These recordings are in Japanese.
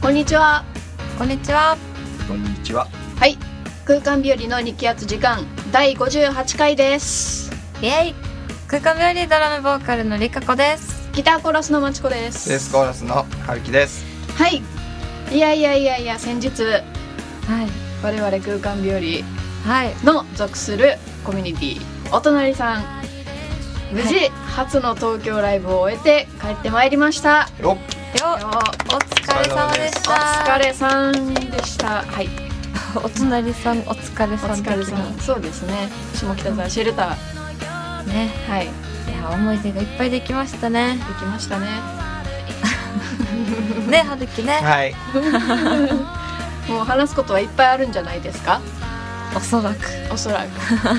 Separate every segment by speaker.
Speaker 1: こんにちは。
Speaker 2: こんにちは。
Speaker 3: こんにちは。
Speaker 1: はい。空間日和の日気圧時間第58回です。
Speaker 2: イエイ。空間病理ドラムボーカルのりかこです。
Speaker 1: ギターコーラスのまちこです。
Speaker 3: レースコーラスの春樹です。
Speaker 1: はい。いやいやいやいや、先日
Speaker 2: はい。
Speaker 1: 我々空間日
Speaker 2: はい。
Speaker 1: 和の属するコミュニティお隣さん無事、初の東京ライブを終えて帰ってまいりました。
Speaker 3: よっ
Speaker 2: よ、
Speaker 1: よ
Speaker 2: お疲れ様でし
Speaker 1: お疲
Speaker 2: た。
Speaker 1: れさんでした。はい。
Speaker 2: お疲れ。お隣さん、お疲れ
Speaker 1: お
Speaker 2: さん的
Speaker 1: 疲れさん。
Speaker 2: に。
Speaker 1: そうですね。下北沢シェルタ
Speaker 2: ね。
Speaker 1: ー。はい。
Speaker 2: いや、思い出がいっぱいできました ね。
Speaker 1: できましたね。
Speaker 2: ね、はるきね。
Speaker 3: はい。
Speaker 1: もう話すことはいっぱいあるんじゃないですか。
Speaker 2: おそらく。
Speaker 1: おそら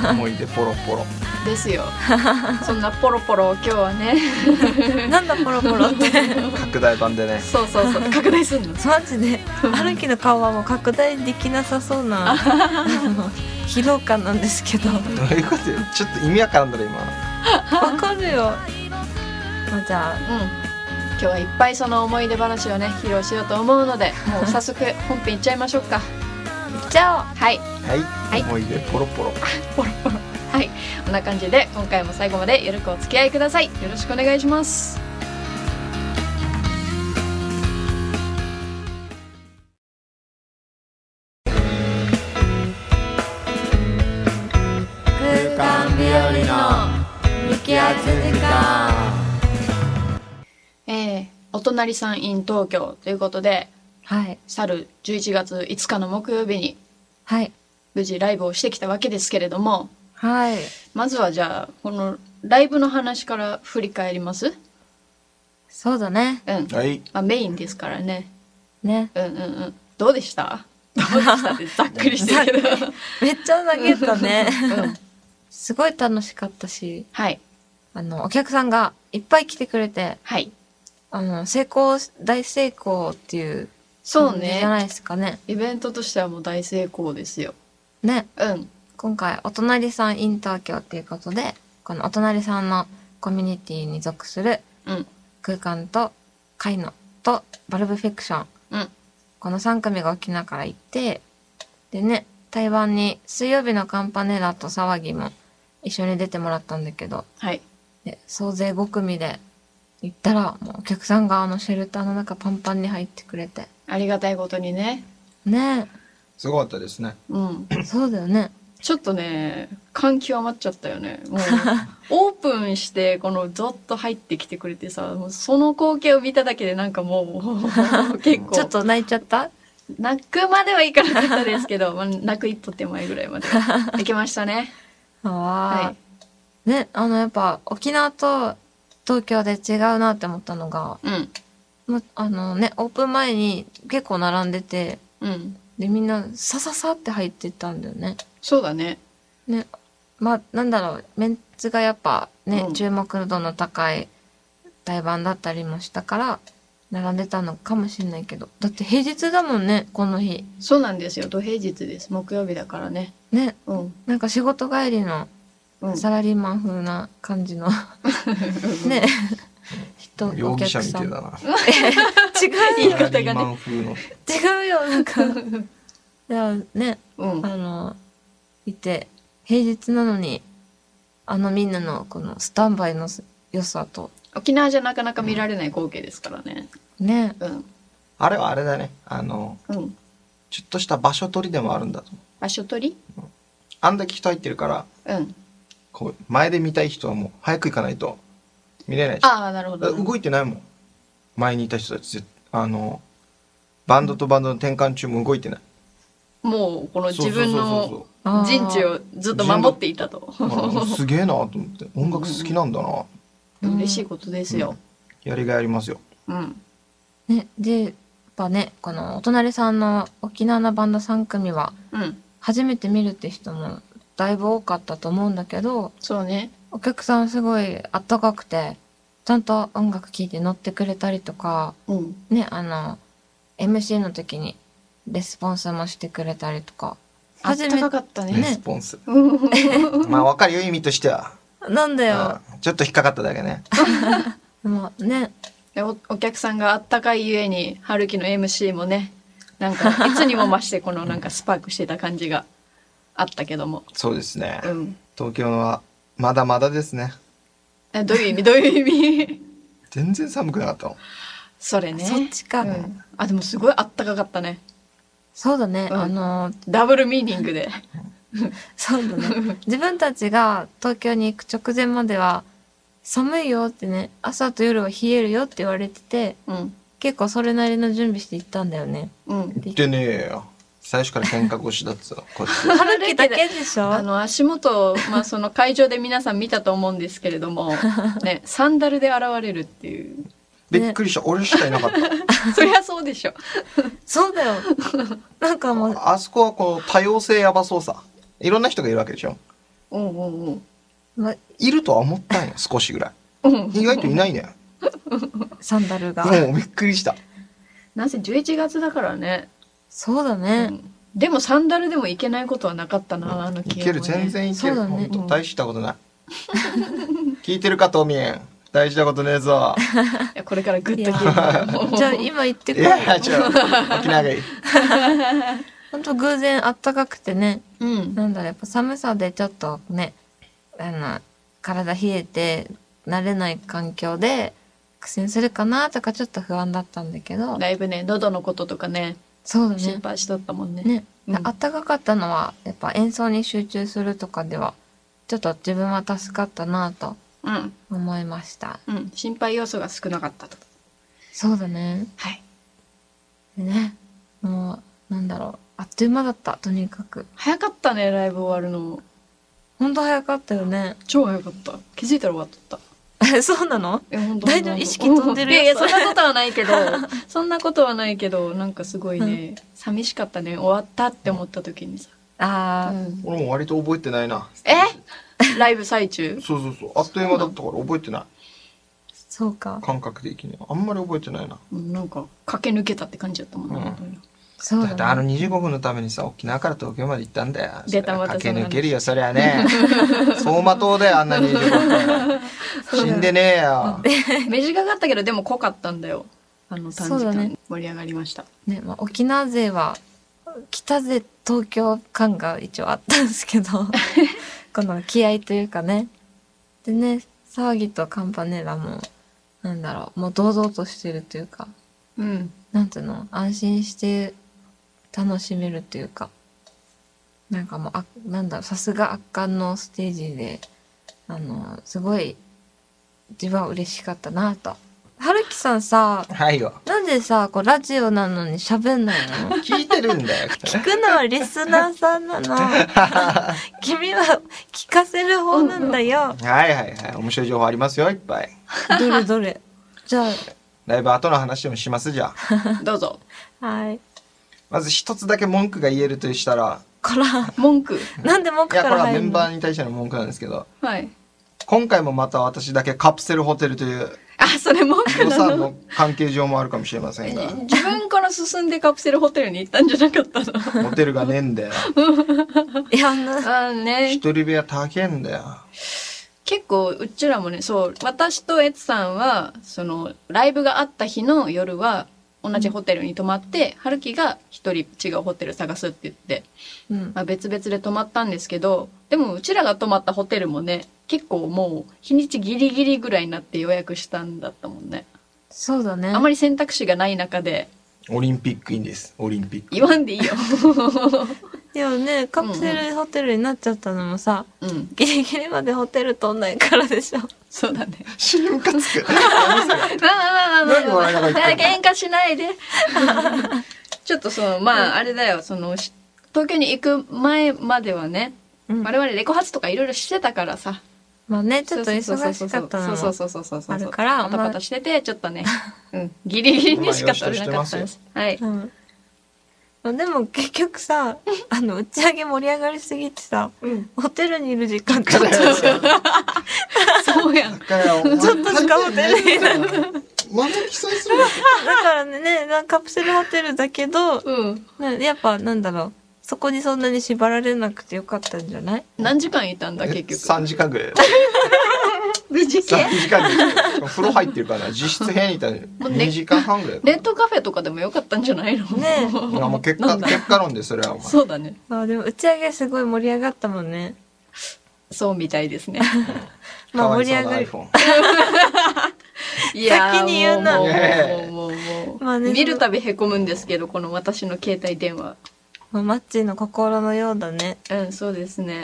Speaker 1: く。
Speaker 3: 思い出ポロポロ。
Speaker 1: ですよ そんなポロポロを今日はね
Speaker 2: なんだ、ポロポロって。
Speaker 3: 拡大版で ね。
Speaker 1: そうそう そう拡大すんの
Speaker 2: マジで。はるきの顔はもう拡大できなさそうな。あの疲労感なんですけど。
Speaker 3: どういうことよ。ちょっと意味わからんだろ今。
Speaker 2: わかるよ。まあ、じゃあ。
Speaker 1: うん今日はいっぱいその思い出話をね披露しようと思うのでもう早速本編いっちゃいましょうか
Speaker 2: じゃあ。
Speaker 1: はい
Speaker 3: はい。
Speaker 2: い
Speaker 3: 思い出ポロポロ。
Speaker 1: はいこんな感じで今回も最後までよろくお付き合いくださいよろしくお願いします
Speaker 2: 空間日和の。き圧時間。
Speaker 1: えー、お隣さん in 東京ということで
Speaker 2: はい。
Speaker 1: 去る11月5日の木曜日に
Speaker 2: はい。
Speaker 1: 無事ライブをしてきたわけですけれども
Speaker 2: はい。
Speaker 1: まずはじゃあこのライブの話から振り返ります
Speaker 2: そうだね。
Speaker 1: うん
Speaker 3: はい。
Speaker 1: まあ、メインですからね
Speaker 2: ね。
Speaker 1: うんうんうんどうでしたどうでしたってざっくりしてるけど
Speaker 2: めっちゃ投げたね。
Speaker 1: うん
Speaker 2: すごい楽しかったし、
Speaker 1: はい
Speaker 2: あの、お客さんがいっぱい来てくれて、
Speaker 1: はい
Speaker 2: あの、成功、大成功っていう、
Speaker 1: そう
Speaker 2: じゃ
Speaker 1: ね
Speaker 2: ないですかね。
Speaker 1: イベントとしてはもう大成功ですよ
Speaker 2: ね。
Speaker 1: うん
Speaker 2: 今回、お隣さんインター京っていうことで、このお隣さんのコミュニティに属する
Speaker 1: うん
Speaker 2: 空間と、カイノと、バルブフィクション。
Speaker 1: うん
Speaker 2: この3組が沖縄から行って、でね、台湾に水曜日のカンパネラと騒ぎも一緒に出てもらったんだけど、
Speaker 1: はい
Speaker 2: で総勢5組で行ったら、もうお客さんがあのシェルターの中パンパンに入ってくれて。
Speaker 1: ありがたいことにね
Speaker 2: ね
Speaker 3: すごかったですね。
Speaker 1: うん
Speaker 2: え、そうだよね。
Speaker 1: ちょっとね感極まっちゃったよねもうオープンしてこのゾッと入ってきてくれてさもうその光景を見ただけでなんかもう 結構
Speaker 2: ちょっと泣いちゃった
Speaker 1: 泣くまではいかなかったですけど、まあ、泣く一歩手前ぐらいまで 行きましたね
Speaker 2: ああ、
Speaker 1: はい
Speaker 2: ね、あのやっぱ沖縄と東京で違うなって思ったのが、
Speaker 1: うん
Speaker 2: もうあのね、オープン前に結構並んでて、
Speaker 1: うん
Speaker 2: でみんなさささって入ってったんだよね。
Speaker 1: そうだね
Speaker 2: ね、まあなんだろう、メンツがやっぱね、
Speaker 1: うん
Speaker 2: 注目度の高い台盤だったりもしたから、並んでたのかもしれないけど。だって平日だもんね、この日。
Speaker 1: そうなんですよ土平日です木曜日だからね
Speaker 2: ね、
Speaker 1: うん
Speaker 2: なんか仕事帰りの
Speaker 1: うん
Speaker 2: サラリーマン風な感じの、 ね、人、
Speaker 3: 容
Speaker 2: お
Speaker 3: 疑者
Speaker 2: 客
Speaker 3: み
Speaker 2: さ
Speaker 3: てえ
Speaker 1: 言い
Speaker 2: ん。違う
Speaker 3: だな。サラ
Speaker 1: 方
Speaker 3: リ
Speaker 1: が
Speaker 3: ーマ
Speaker 1: ね
Speaker 3: ン風の。
Speaker 2: 違うよ、なんか。いや、ね、
Speaker 1: うん
Speaker 2: あの、いて、平日なのに、あのみんなのこのスタンバイの良さと、
Speaker 1: 沖縄じゃなかなか見られない光景ですからね
Speaker 2: ね、
Speaker 1: うん
Speaker 3: あれはあれだね。あの
Speaker 1: うん
Speaker 3: ちょっとした場所取りでもあるんだと。
Speaker 1: 場所取り
Speaker 3: あんだけ人入ってるから、
Speaker 1: うん
Speaker 3: こう前で見たい人はもう早く行かないと見れないし。
Speaker 1: ああなるほ
Speaker 3: だ
Speaker 1: ど
Speaker 3: 動いてないもん。前にいた人たちぜあのバンドとバンドの転換中も動いてない。
Speaker 1: もうこの
Speaker 3: そう
Speaker 1: 自
Speaker 3: そうそ
Speaker 1: 分
Speaker 3: うそう
Speaker 1: の
Speaker 2: あー
Speaker 1: 陣地をずっと守っていたと
Speaker 3: あすげえなと思って音楽好きなんだな
Speaker 2: うん
Speaker 1: 嬉しいことですよ
Speaker 3: やりがいありますよ
Speaker 1: うん
Speaker 2: ね、で、やっぱね、このお隣さんの沖縄のバンド3組は、
Speaker 1: うん
Speaker 2: 初めて見るって人もだいぶ多かったと思うんだけど、
Speaker 1: そうね
Speaker 2: お客さんすごいあったかくて、ちゃんと音楽聴いて乗ってくれたりとか、
Speaker 1: うん
Speaker 2: ね、あの、MC の時にレスポンスもしてくれたりとか、
Speaker 1: あっ
Speaker 2: 初
Speaker 1: た
Speaker 2: め
Speaker 1: かかった
Speaker 3: レ
Speaker 1: ね
Speaker 3: スポンス、
Speaker 1: うん
Speaker 3: まあわかるよ意味としては
Speaker 2: なんだよ。
Speaker 3: うんちょっと引っかかっただけね
Speaker 2: まあね、
Speaker 1: でおお客さんがあったかいゆえに春樹の MC もねなんかいつにも増してこのなんかスパークしてた感じがあったけども、
Speaker 3: そうですね、
Speaker 1: うん、
Speaker 3: 東京はまだまだですね
Speaker 1: えどういう意味どういう意味
Speaker 3: 全然寒くなかったの
Speaker 1: それね
Speaker 2: そっちか
Speaker 1: うん、あでもすごいあったかかったね
Speaker 2: そうだね、
Speaker 1: うん
Speaker 2: あの
Speaker 1: ダブルミーニングで
Speaker 2: そうだ ね自分たちが東京に行く直前までは寒いよってね朝と夜は冷えるよって言われてて
Speaker 1: うん
Speaker 2: 結構それなりの準備して行ったんだよね
Speaker 1: うん
Speaker 3: 言ってねえよ最初から喧嘩腰だってさこっち
Speaker 2: 春樹だけでし
Speaker 1: あ
Speaker 2: ょ
Speaker 1: の足元、まあ、その会場で皆さん見たと思うんですけれど も、ね、サンダルで現れるって いう
Speaker 3: びっくりした、俺しかいなかった
Speaker 1: そりゃそうでしょ
Speaker 2: そう だよなんかもう
Speaker 3: あそこはこの多様性やばそうさいろんな人がいるわけでしょ
Speaker 1: うんうんうん
Speaker 2: ま
Speaker 3: いるとは思ったんよ少しぐら
Speaker 1: うん
Speaker 3: い意外といないね
Speaker 2: サンダルが
Speaker 3: もうびっくりした
Speaker 1: なんせ11月だからね、
Speaker 2: そうだ
Speaker 1: う
Speaker 2: ね、
Speaker 1: ん、でもサンダルでもいけないことはなかったな、あの
Speaker 3: い
Speaker 1: 気温、ね、
Speaker 3: ける全然いけ
Speaker 2: そう
Speaker 3: る、
Speaker 2: だね
Speaker 3: 本
Speaker 1: う
Speaker 3: 当
Speaker 1: ん
Speaker 3: 大したことない 聞いてるかトミン大したことねえ ぞ
Speaker 1: いやこれからグッと消え る
Speaker 2: じゃあ今行って
Speaker 3: い
Speaker 2: こい
Speaker 3: や違う沖縄がいい
Speaker 2: ほんと偶然あったかくてね
Speaker 1: うん
Speaker 2: なんだろうやっぱ寒さでちょっとねあの体冷えて慣れない環境で苦戦するかなとかちょっと不安だったんだけど
Speaker 1: だいぶね喉のこととかね
Speaker 2: そうだ
Speaker 1: 心
Speaker 2: ね
Speaker 1: 配しとったもんね
Speaker 2: ね、
Speaker 1: うん
Speaker 2: あったかかったのはやっぱ演奏に集中するとかではちょっと自分は助かったなと
Speaker 1: うん
Speaker 2: 思いました
Speaker 1: うん心配要素が少なかったと
Speaker 2: そうだね
Speaker 1: はい
Speaker 2: でねもうなんだろうあっという間だったとにかく
Speaker 1: 早かったねライブ終わるの
Speaker 2: ほんと早かったよね
Speaker 1: 超早かった気づいたら終わっとった
Speaker 2: え そうなの
Speaker 1: え本当
Speaker 2: 大丈夫意識飛んでる
Speaker 1: いやいやそ
Speaker 2: そ
Speaker 1: ん
Speaker 2: れ
Speaker 1: なことはないけど そんなことはないけどなんかすごいね、寂しかったね終わったって思った時にさ、
Speaker 2: あ
Speaker 1: う
Speaker 2: ー、
Speaker 1: ん、
Speaker 3: 俺も割と覚えてないな
Speaker 1: えライブ最中
Speaker 3: そうそうそうあっという間だったから覚えてない
Speaker 2: そうか
Speaker 3: 感覚的にはあんまり覚えてないな
Speaker 1: うんなんか駆け抜けたって感じだったもんね、
Speaker 3: うん
Speaker 1: 本当に
Speaker 2: そう
Speaker 3: だ
Speaker 2: だ
Speaker 3: ってあ
Speaker 2: ね
Speaker 3: の25分のためにさ沖縄から東京まで行ったんだよ
Speaker 1: 出たまた
Speaker 3: 駆
Speaker 1: その
Speaker 3: け
Speaker 1: 話
Speaker 3: 抜けるよそり ゃね走馬灯だよあんな25分死んでねえよ
Speaker 1: 目近かったけどでも濃かったんだよあの短時
Speaker 2: そうだ
Speaker 1: 間、
Speaker 2: ね
Speaker 1: 盛り上がりました
Speaker 2: ね、まあ、沖縄勢は北勢東京感が一応あったんです けどこの気合というかねでね騒ぎとカンパネラもなんだろうもう堂々としてるというか
Speaker 1: うん
Speaker 2: なんていうの安心して楽しめるというかなんかもうあなんだろうさすが圧巻のステージであのすごい自分は嬉しかったなと。はるきさんさ
Speaker 3: はいよ
Speaker 2: なんでさこうラジオなのに喋んない の
Speaker 3: 聞いてるんだよ
Speaker 2: 聞くのはリスナーさんなの君は聞かせる方なんだよ
Speaker 3: はいはいはい面白い情報ありますよいっぱい
Speaker 2: どれどれじゃ
Speaker 3: ライブ後の話でもしますじゃあ
Speaker 1: どうぞ
Speaker 2: あはい
Speaker 3: まず一つだけ文句が言えるとしたら
Speaker 2: こら
Speaker 1: 文句
Speaker 2: なんで文
Speaker 3: い
Speaker 2: 句
Speaker 3: や
Speaker 2: か
Speaker 3: これ
Speaker 2: ら
Speaker 3: はメ
Speaker 2: 入る
Speaker 3: ンバ
Speaker 2: の
Speaker 3: ーに対しての文句なんですけど
Speaker 1: はい
Speaker 3: 今回もまた私だけカプセルホテルと いう
Speaker 1: あそれ文句
Speaker 3: 予
Speaker 1: な
Speaker 3: 算
Speaker 1: の
Speaker 3: の関係上もあるかもしれませんが
Speaker 1: 自分から進んでカプセルホテルに行ったんじゃなかったの
Speaker 3: ホテルがねえんだよ
Speaker 2: いやあんな
Speaker 1: あーね
Speaker 3: 一人部屋高えんだよ
Speaker 1: 結構うちらもねそう私とエツさんはそのライブがあった日の夜は同じホテルに泊まって、春樹が一人違うホテル探すって言って、
Speaker 2: うん
Speaker 1: まあ、別々で泊まったんですけどでもうちらが泊まったホテルもね結構もう日にちギリギリぐらいになって予約したんだったもんね
Speaker 2: そうだね
Speaker 1: あまり選択肢がない中で
Speaker 3: オリンピックいいんですオリンピック
Speaker 1: 言わんでいいよ
Speaker 2: でもねカプセルホテルになっちゃったのもさ
Speaker 1: うん
Speaker 2: ギリギリまでホテル取んないからでしょ
Speaker 1: そうだね
Speaker 3: 死ぬか つく
Speaker 1: まあまあまあまあ
Speaker 3: 何
Speaker 1: まあ
Speaker 3: 笑いながら言ってんの
Speaker 1: 喧嘩しないで ちょっとそのまああれだよそのし東京に行く前まではね
Speaker 2: うん
Speaker 1: 我々レコ発とかいろいろしてたからさ
Speaker 2: まあねちょっと忙しかったの
Speaker 1: そう
Speaker 2: も
Speaker 1: そうそうそうそうそうそうそう
Speaker 2: あるから
Speaker 1: パタパ
Speaker 2: まあ
Speaker 1: タしててちょっと ね、うん、ギリギリにしか取れなかったですはい
Speaker 2: うんまあでも結局さあの打ち上げ盛り上がりすぎてさ
Speaker 1: うん、
Speaker 2: ホテルにいる時間ちょっと
Speaker 1: そうやん
Speaker 2: ちょっとしかホテルにいない
Speaker 3: また記載 するわ
Speaker 2: だからね、なんかカプセルホテルだけど、
Speaker 1: うん
Speaker 2: なやっぱなんだろう、そこにそんなに縛られなくてよかったんじゃない
Speaker 1: 何時間いたんだ
Speaker 3: け
Speaker 1: 結局
Speaker 3: 3時間ぐらい
Speaker 1: 無事
Speaker 3: 3
Speaker 1: 系
Speaker 3: 時間に風呂入ってるから実質部屋にいたら
Speaker 1: うね
Speaker 3: 2時間半ぐらい
Speaker 1: ネットカフェとかでもよかったんじゃないの
Speaker 2: ね
Speaker 3: いやもう結
Speaker 1: な
Speaker 3: 果
Speaker 1: んだ
Speaker 3: 結果論でそれはお前
Speaker 1: そうだね
Speaker 2: あでも打ち上げすごい盛り上がったもんね。
Speaker 1: そうみたいですね
Speaker 2: まあ
Speaker 3: かわい
Speaker 2: 盛り上
Speaker 3: そう
Speaker 2: が
Speaker 3: な
Speaker 2: る。
Speaker 3: iPhone
Speaker 1: いやー
Speaker 2: 先に言うな
Speaker 1: も
Speaker 3: ね
Speaker 1: もうもうもうもう、
Speaker 2: まあね
Speaker 1: 見るたびへこむんですけどこの私の携帯電話
Speaker 2: まあマッチーの心のようだね。
Speaker 1: うんそうです ね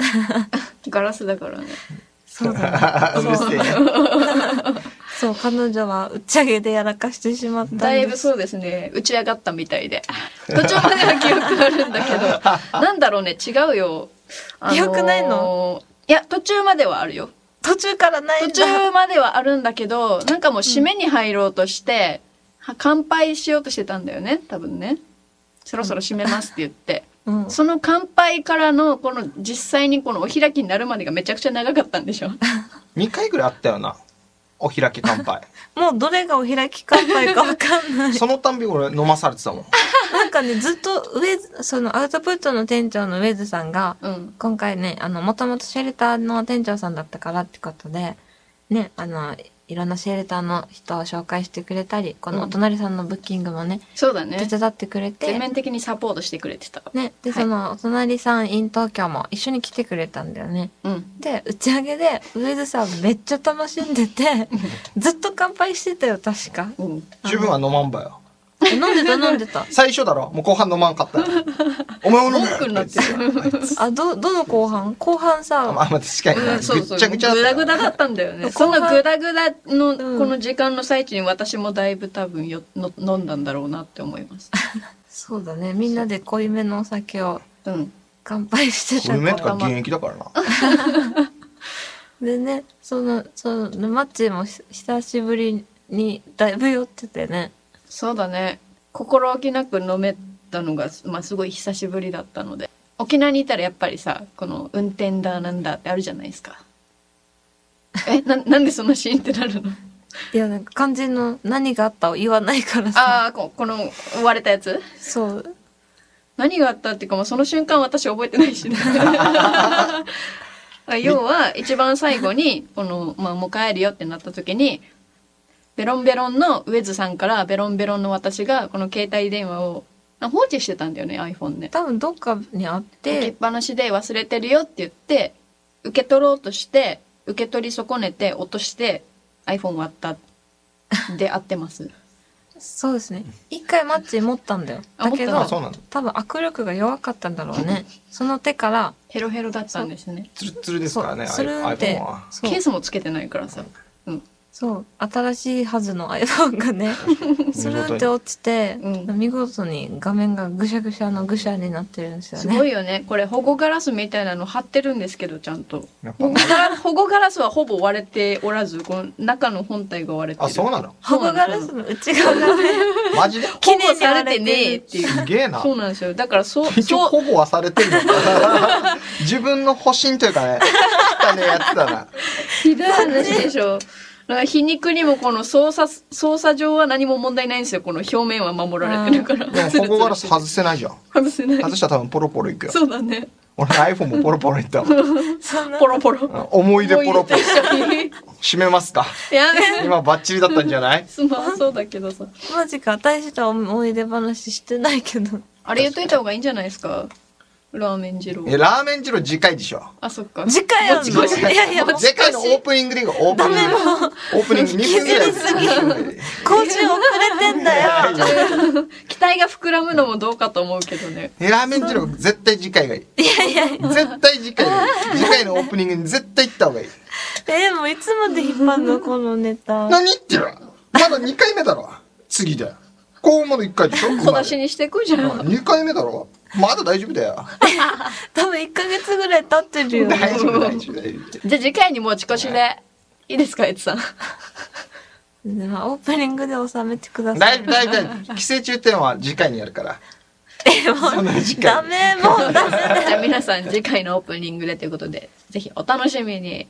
Speaker 1: ガラスだからね
Speaker 2: そうだ ね。
Speaker 3: うる
Speaker 2: そう
Speaker 3: せえね
Speaker 2: そう彼女は打ち上げでやらかしてしまったんです。
Speaker 1: だいぶそうですね打ち上がったみたいで途中までは記憶あるんだけ どなんだろうね違うよ、あのー
Speaker 2: 記憶ないの
Speaker 1: いや途中まではあるよ
Speaker 2: 途中からないん
Speaker 1: 途
Speaker 2: だ。
Speaker 1: 中まではあるんだけどなんかもう締めに入ろうとして、は乾杯しようとしてたんだよね多分ねそろそろ締めますって言って、
Speaker 2: うん。
Speaker 1: その乾杯からのこの実際にこのお開きになるまでがめちゃくちゃ長かったんでしょ
Speaker 3: 2回ぐらいあったよなお開き乾杯
Speaker 2: もうどれがお開き乾杯かわかんない。
Speaker 3: そのたんび俺飲まされてたもん
Speaker 2: なんかね、ずっと上津、そのアウトプットの店長の上津さんが、
Speaker 1: うん
Speaker 2: 今回ね、あの、もともとシェルターの店長さんだったからってことで、ね、あの、いろんなシェルターの人を紹介してくれたり、このお隣さんのブッキングもね、
Speaker 1: そうだね
Speaker 2: 手伝ってくれ
Speaker 1: 全
Speaker 2: て、
Speaker 1: 面的にサポートしてくれてた
Speaker 2: ね、で、
Speaker 1: はい
Speaker 2: そのお隣さん in 東京も一緒に来てくれたんだよね。
Speaker 1: うん
Speaker 2: で、打ち上げで、上津さんめっちゃ楽しん でて、ずっと乾杯してたよ、確か。
Speaker 1: うん
Speaker 3: 自分は飲まんばよ
Speaker 2: え飲んでた飲んでた。
Speaker 3: 最初だろもう後半飲まんかったよお前も飲め
Speaker 1: 文句になって
Speaker 3: あいつ
Speaker 2: あ、ど、どの後半後半
Speaker 3: あ
Speaker 2: さ、
Speaker 3: まあまあ確かにな
Speaker 1: うん、そう
Speaker 3: ぐ
Speaker 1: そ
Speaker 3: っ
Speaker 1: う。
Speaker 3: ちゃぐちゃ
Speaker 1: ぐだ
Speaker 3: だった
Speaker 1: ぐ
Speaker 3: な
Speaker 1: だだったんだよね。
Speaker 2: 後
Speaker 1: そ
Speaker 2: 半
Speaker 1: のぐだぐだの、
Speaker 2: うん
Speaker 1: この時間の最中に私もだいぶ多分よの飲んだんだろうなって思います。
Speaker 2: そうだね。みんなで濃いめのお酒を
Speaker 1: うん。
Speaker 2: 乾杯して
Speaker 3: ごめんと
Speaker 2: た
Speaker 3: か現役だからな
Speaker 2: でね、その、その、マッチもひ久しぶりにだいぶ酔っててね。
Speaker 1: そうだね。心置きなく飲めたのが、まあすごい久しぶりだったので。沖縄にいたらやっぱりさ、この運転だなんだってあるじゃないですか。え、な、なんでそんなシーンってなるの
Speaker 2: いや、なんか肝心の何があったを言わないからさ。
Speaker 1: あ あ、ここの割れたやつ
Speaker 2: そう。
Speaker 1: 何があったっていうか、もうその瞬間私覚えてないしね。 要は、一番最後に、この、まあ、もう帰るよってなった時に、ベロンベロンの上津さんからベロンベロンの私が、この携帯電話をあ放置してたんだよね、iPhone ね。
Speaker 2: 多分どっかにあっ、
Speaker 1: 置きってぱなしで忘れてるよって言って、受け取ろうとして、受け取り損ねて、落として、iPhone 割った。で、合ってます。
Speaker 2: そうですね。一回マッチ持ったんだよ。
Speaker 1: あ
Speaker 2: だけ
Speaker 1: 持
Speaker 2: ど
Speaker 1: っ
Speaker 3: あ、そうなんだ
Speaker 2: 多分握力が弱かったんだろうね。その手から、
Speaker 1: ヘロヘロだったんですね。
Speaker 3: ツルッツルです
Speaker 2: そ
Speaker 3: から
Speaker 2: う、
Speaker 3: ね
Speaker 2: するん
Speaker 3: iPhone
Speaker 2: で
Speaker 3: は、
Speaker 2: そう
Speaker 1: ケースもつけてないからさ。うん。
Speaker 2: そう新しいはずの iPhone がねスルンって落ちて、
Speaker 1: う
Speaker 2: 見事に画面がぐしゃぐしゃのぐしゃになってるんですよ
Speaker 1: す
Speaker 2: ね
Speaker 1: ごいよね。これ保護ガラスみたいなの貼ってるんですけど、ちゃんと。
Speaker 3: やっぱ
Speaker 1: 保護ガラ 保護ガラスはほぼ割れておらず、この中の本体が割れてる。
Speaker 3: あそうなの
Speaker 2: 保護ガラスの内側がね
Speaker 3: マジで
Speaker 1: 保護されてねえっていう。
Speaker 3: すげえな
Speaker 1: そうなんですよ。だからそう、
Speaker 3: 一応
Speaker 1: そう、
Speaker 3: 保護はされてるの 自分の保身というかね汚ねえやつ だな
Speaker 1: ひどい話でしょ。だから皮肉にもこの操作、操作上は何も問題ないんですよ。この表面は守られてるから。
Speaker 3: でも保護ガラス
Speaker 1: 外
Speaker 3: 外せないじゃん
Speaker 1: せない。
Speaker 3: 外したら多分ポロポロいくよ
Speaker 1: そうだね。
Speaker 3: 俺 iPhone もポロポロいったわ
Speaker 2: そんな
Speaker 1: ポロポロ。
Speaker 3: 思い出ポロポ
Speaker 1: 思
Speaker 3: ロ
Speaker 1: い出と
Speaker 3: 閉めますか
Speaker 1: 一緒にやめ。
Speaker 3: 今バッチリだったんじゃない
Speaker 1: すまんそうだけどさ。
Speaker 2: マジか大した思い出話してないけど
Speaker 1: あれ言っといた方がいいんじゃないですかラーメン二郎。
Speaker 3: えラーメン二郎次回でしょ
Speaker 1: あ、そっか。
Speaker 2: 次回やん
Speaker 1: も
Speaker 2: の
Speaker 1: う次回
Speaker 2: いやいや
Speaker 3: 次回のオープニングでいいよオープニングオープニング2分ぐらい
Speaker 2: 引きずりす更新遅れてんだよ
Speaker 1: 期待が膨らむのもどうかと思うけどね。
Speaker 3: えラーメン二郎絶対次回がいい絶対次回がいい次回のオープニングに絶対行った方がいい
Speaker 2: えもういつまで引っ張ん のこのネタ
Speaker 3: 何言ってるまだ2回目だろ次だよこうまだ1回でしょ
Speaker 1: 小出しにしていくじゃん。
Speaker 3: 2回目だろまだ大丈夫だよ
Speaker 2: 多分1ヶ月ぐらい経ってるよ
Speaker 3: 大丈夫大丈夫大丈夫
Speaker 1: じゃあ次回に持ち越しで。いいですか、エツさん。
Speaker 2: ねまあオープニングで収めてください
Speaker 3: 大丈夫大丈夫寄生虫展は次回にやるから
Speaker 2: えもう
Speaker 3: そんな時
Speaker 2: ダ
Speaker 3: 間
Speaker 2: メもうダ メ
Speaker 1: じゃあ皆さん次回のオープニングでということで、ぜひお楽しみに。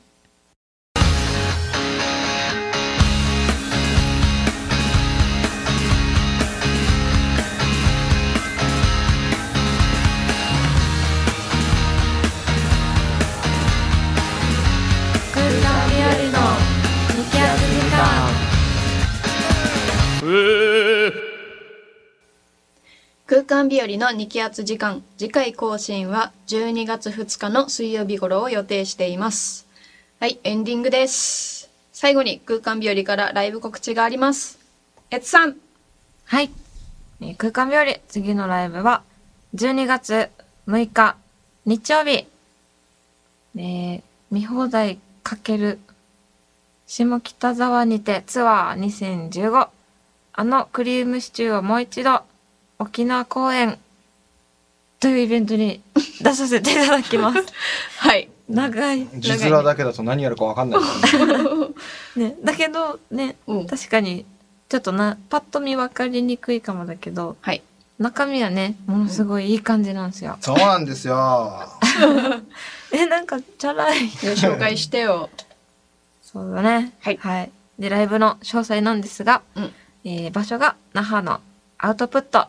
Speaker 2: 空間日和の
Speaker 1: 刊日和の2気圧時間次回更新は12月2日の水曜日頃を予定していますはいエンディングです最後に空間日和からライブ告知がありますえつさん
Speaker 2: はい。えー空間日和、次のライブは、12月6日、日曜日。えー見放題かける、下北沢にてツアー2015。あのクリームシチューをもう一度、沖縄公演、というイベントに出させていただきます。
Speaker 1: はい
Speaker 2: 長い。
Speaker 3: 字面だけだと何やるかわかんないですね
Speaker 2: ね、だけどね、
Speaker 1: うん
Speaker 2: 確かに、ちょっとな、パッと見分かりにくいかもだけど、
Speaker 1: はい
Speaker 2: 中身はね、ものすごいいい感じなんですよ。
Speaker 3: そうなんですよ
Speaker 2: え、なんか、チャラい。
Speaker 1: 紹介してよ
Speaker 2: そうだね。
Speaker 1: はい
Speaker 2: で、ライブの詳細なんですが、
Speaker 1: うん
Speaker 2: えー場所が那覇のアウトプット。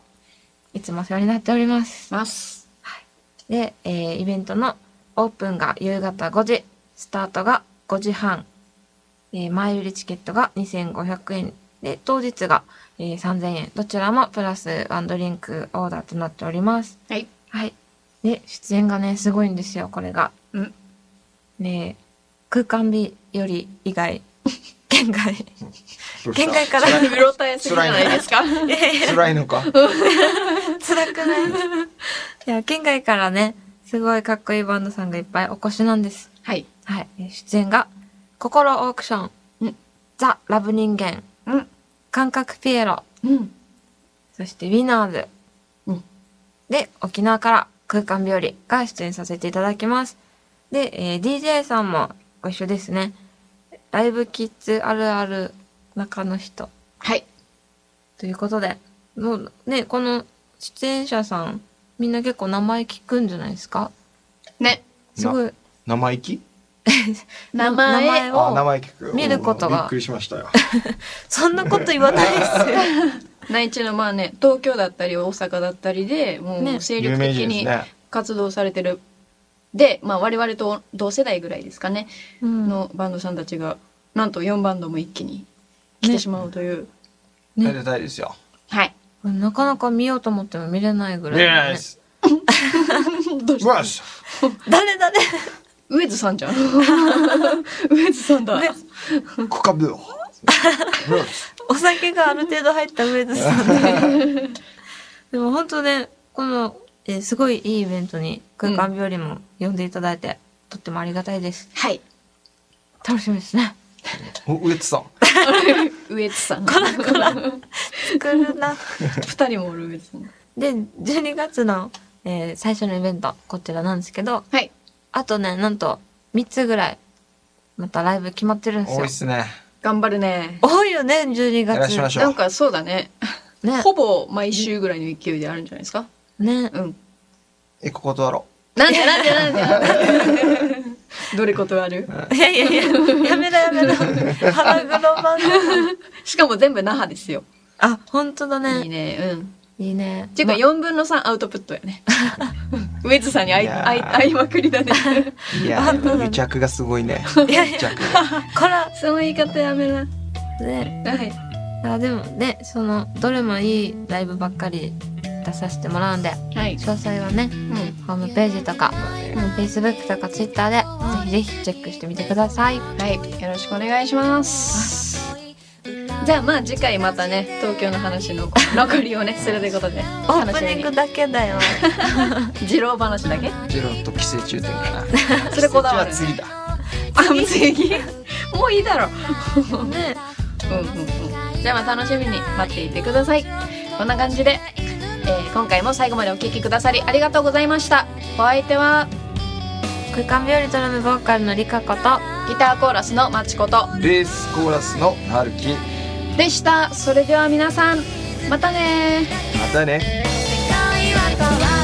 Speaker 2: いつもお世話になっております。
Speaker 1: ます
Speaker 2: で、えーイベントのオープンが夕方5時、スタートが5時半。えー前売りチケットが2500円で、当日が、えー3000円。どちらもプラスワンドリンクオーダーとなっております。
Speaker 1: はい
Speaker 2: はい。で、出演がね、すごいんですよ、これが。
Speaker 1: うん。
Speaker 2: ねえ空間美より以外、 県外。
Speaker 3: どうした
Speaker 2: 県外か ら、
Speaker 1: うろたえすぎじゃないですか
Speaker 2: いやいや、
Speaker 3: 辛い のか
Speaker 2: 辛くない。 いや、県外からね、すごいかっこいいバンドさんがいっぱいお越しなんです。
Speaker 1: はい
Speaker 2: はい。えー出演が、心オークショ
Speaker 1: う
Speaker 2: ン
Speaker 1: ん、
Speaker 2: ザ・ラブ人間、
Speaker 1: うん
Speaker 2: 感覚ピエロ、
Speaker 1: うん
Speaker 2: そしてウィナーズ。
Speaker 1: うん
Speaker 2: で、沖縄から空間日和が出演させていただきます。で、えー DJ さんもご一緒ですね。ライブキッズあるある中の人
Speaker 1: はい
Speaker 2: ということで、もうね、この出演者さん、みんな結構名前聞くんじゃないですか
Speaker 1: ね
Speaker 2: すごい。
Speaker 3: 生意気
Speaker 1: 名前
Speaker 2: 名前
Speaker 3: あ
Speaker 2: を、
Speaker 3: 生意気く
Speaker 2: 見ることが
Speaker 3: びっくりしましたよ
Speaker 2: そんなこと言わないですよ。
Speaker 1: 内地のまあね東京だったり大阪だったりでも
Speaker 2: ね
Speaker 1: う精
Speaker 3: 有
Speaker 1: 力
Speaker 3: 名
Speaker 1: 的
Speaker 3: 人です
Speaker 1: に
Speaker 3: ね
Speaker 1: 活動されてるで、まあ、我々と同世代ぐらいですかね、
Speaker 2: うん
Speaker 1: のバンドさんたちがなんと4バンドも一気に来てしまうという、
Speaker 3: め
Speaker 2: ね、
Speaker 3: でたいですよ
Speaker 1: はい
Speaker 2: なかなか見ようと思っても見れないぐら
Speaker 3: 見
Speaker 2: い、ね。
Speaker 3: れないで。すうわっし
Speaker 2: 誰誰
Speaker 1: 上津さんじ ゃん上津さんだ、
Speaker 2: ね
Speaker 3: コカブーうわっし
Speaker 2: お酒がある程度入った上ですので でも本当ねこの、えーすごいいいイベントに空間日和も呼んでいただいて、とってもありがたいです
Speaker 1: はい
Speaker 2: 楽しみですね
Speaker 3: お上津さん
Speaker 1: 上津さん
Speaker 2: こらこら作るな
Speaker 1: 2人もおる上津さん
Speaker 2: で12月の、えー最初のイベントこちらなんですけど
Speaker 1: はい
Speaker 2: あとねなんと3つぐらいまたライブ決まってるんです
Speaker 3: 多い
Speaker 2: よ
Speaker 3: っすね
Speaker 1: 頑張るね
Speaker 2: 多いよね12
Speaker 3: やら
Speaker 2: 月
Speaker 3: しまし
Speaker 1: な
Speaker 3: ょ
Speaker 1: ん
Speaker 3: う
Speaker 1: かそうだね
Speaker 2: ね
Speaker 1: ほぼ毎週ぐらいの勢いであるんじゃないですか
Speaker 2: ね
Speaker 1: うん
Speaker 3: 一個断ろ
Speaker 1: なんでなんでなんでなんでどれ断 る
Speaker 2: いやいやいややめろやめろ腹黒バンド
Speaker 1: しかも全部那覇ですよ
Speaker 2: あ本当だね
Speaker 1: いいねうん
Speaker 2: いいね。
Speaker 1: っていうか4分の3アウトプットや ね上津さんに会い
Speaker 3: いやー
Speaker 1: 会い会いまくりだね
Speaker 3: ういや
Speaker 2: あそうなの
Speaker 3: 癒着がすご いね
Speaker 2: いやい
Speaker 3: 癒
Speaker 2: や、
Speaker 3: 着が
Speaker 2: こら、
Speaker 1: その言い方やめな
Speaker 2: ね、
Speaker 1: はい
Speaker 2: あ、でもね、その、どれもいいライブばっかり出させてもらうんで、
Speaker 1: はい
Speaker 2: 詳細はね、
Speaker 1: うん
Speaker 2: ホームページとか、うん、Facebook とか Twitter で、ぜひぜひチェックしてみてください。
Speaker 1: はいよろしくお願いしますじゃあまあ次回またね東京の話の残りをねするということで
Speaker 2: オ
Speaker 1: お
Speaker 2: ー
Speaker 1: 楽
Speaker 2: プ
Speaker 1: し
Speaker 2: ニン
Speaker 1: み
Speaker 2: グだけ だよ。
Speaker 1: に二郎話だけ
Speaker 3: ジロと寄生虫点かな
Speaker 1: それこだわる
Speaker 3: 寄生虫は次だ
Speaker 1: あ次もういいだろう
Speaker 2: ね、
Speaker 1: んうんうんじゃあまあ楽しみに待っていてくださいこんな感じで、えー今回も最後までお聴きくださりありがとうございましたお相手は
Speaker 2: 空間日和ドラムボーカルのリカこと、
Speaker 1: ギターコーラスのまちこと
Speaker 3: ベースコーラスのなるき
Speaker 1: でしたそれでは皆さんまたね
Speaker 3: また
Speaker 4: 「
Speaker 3: ね
Speaker 4: 世界は変わる」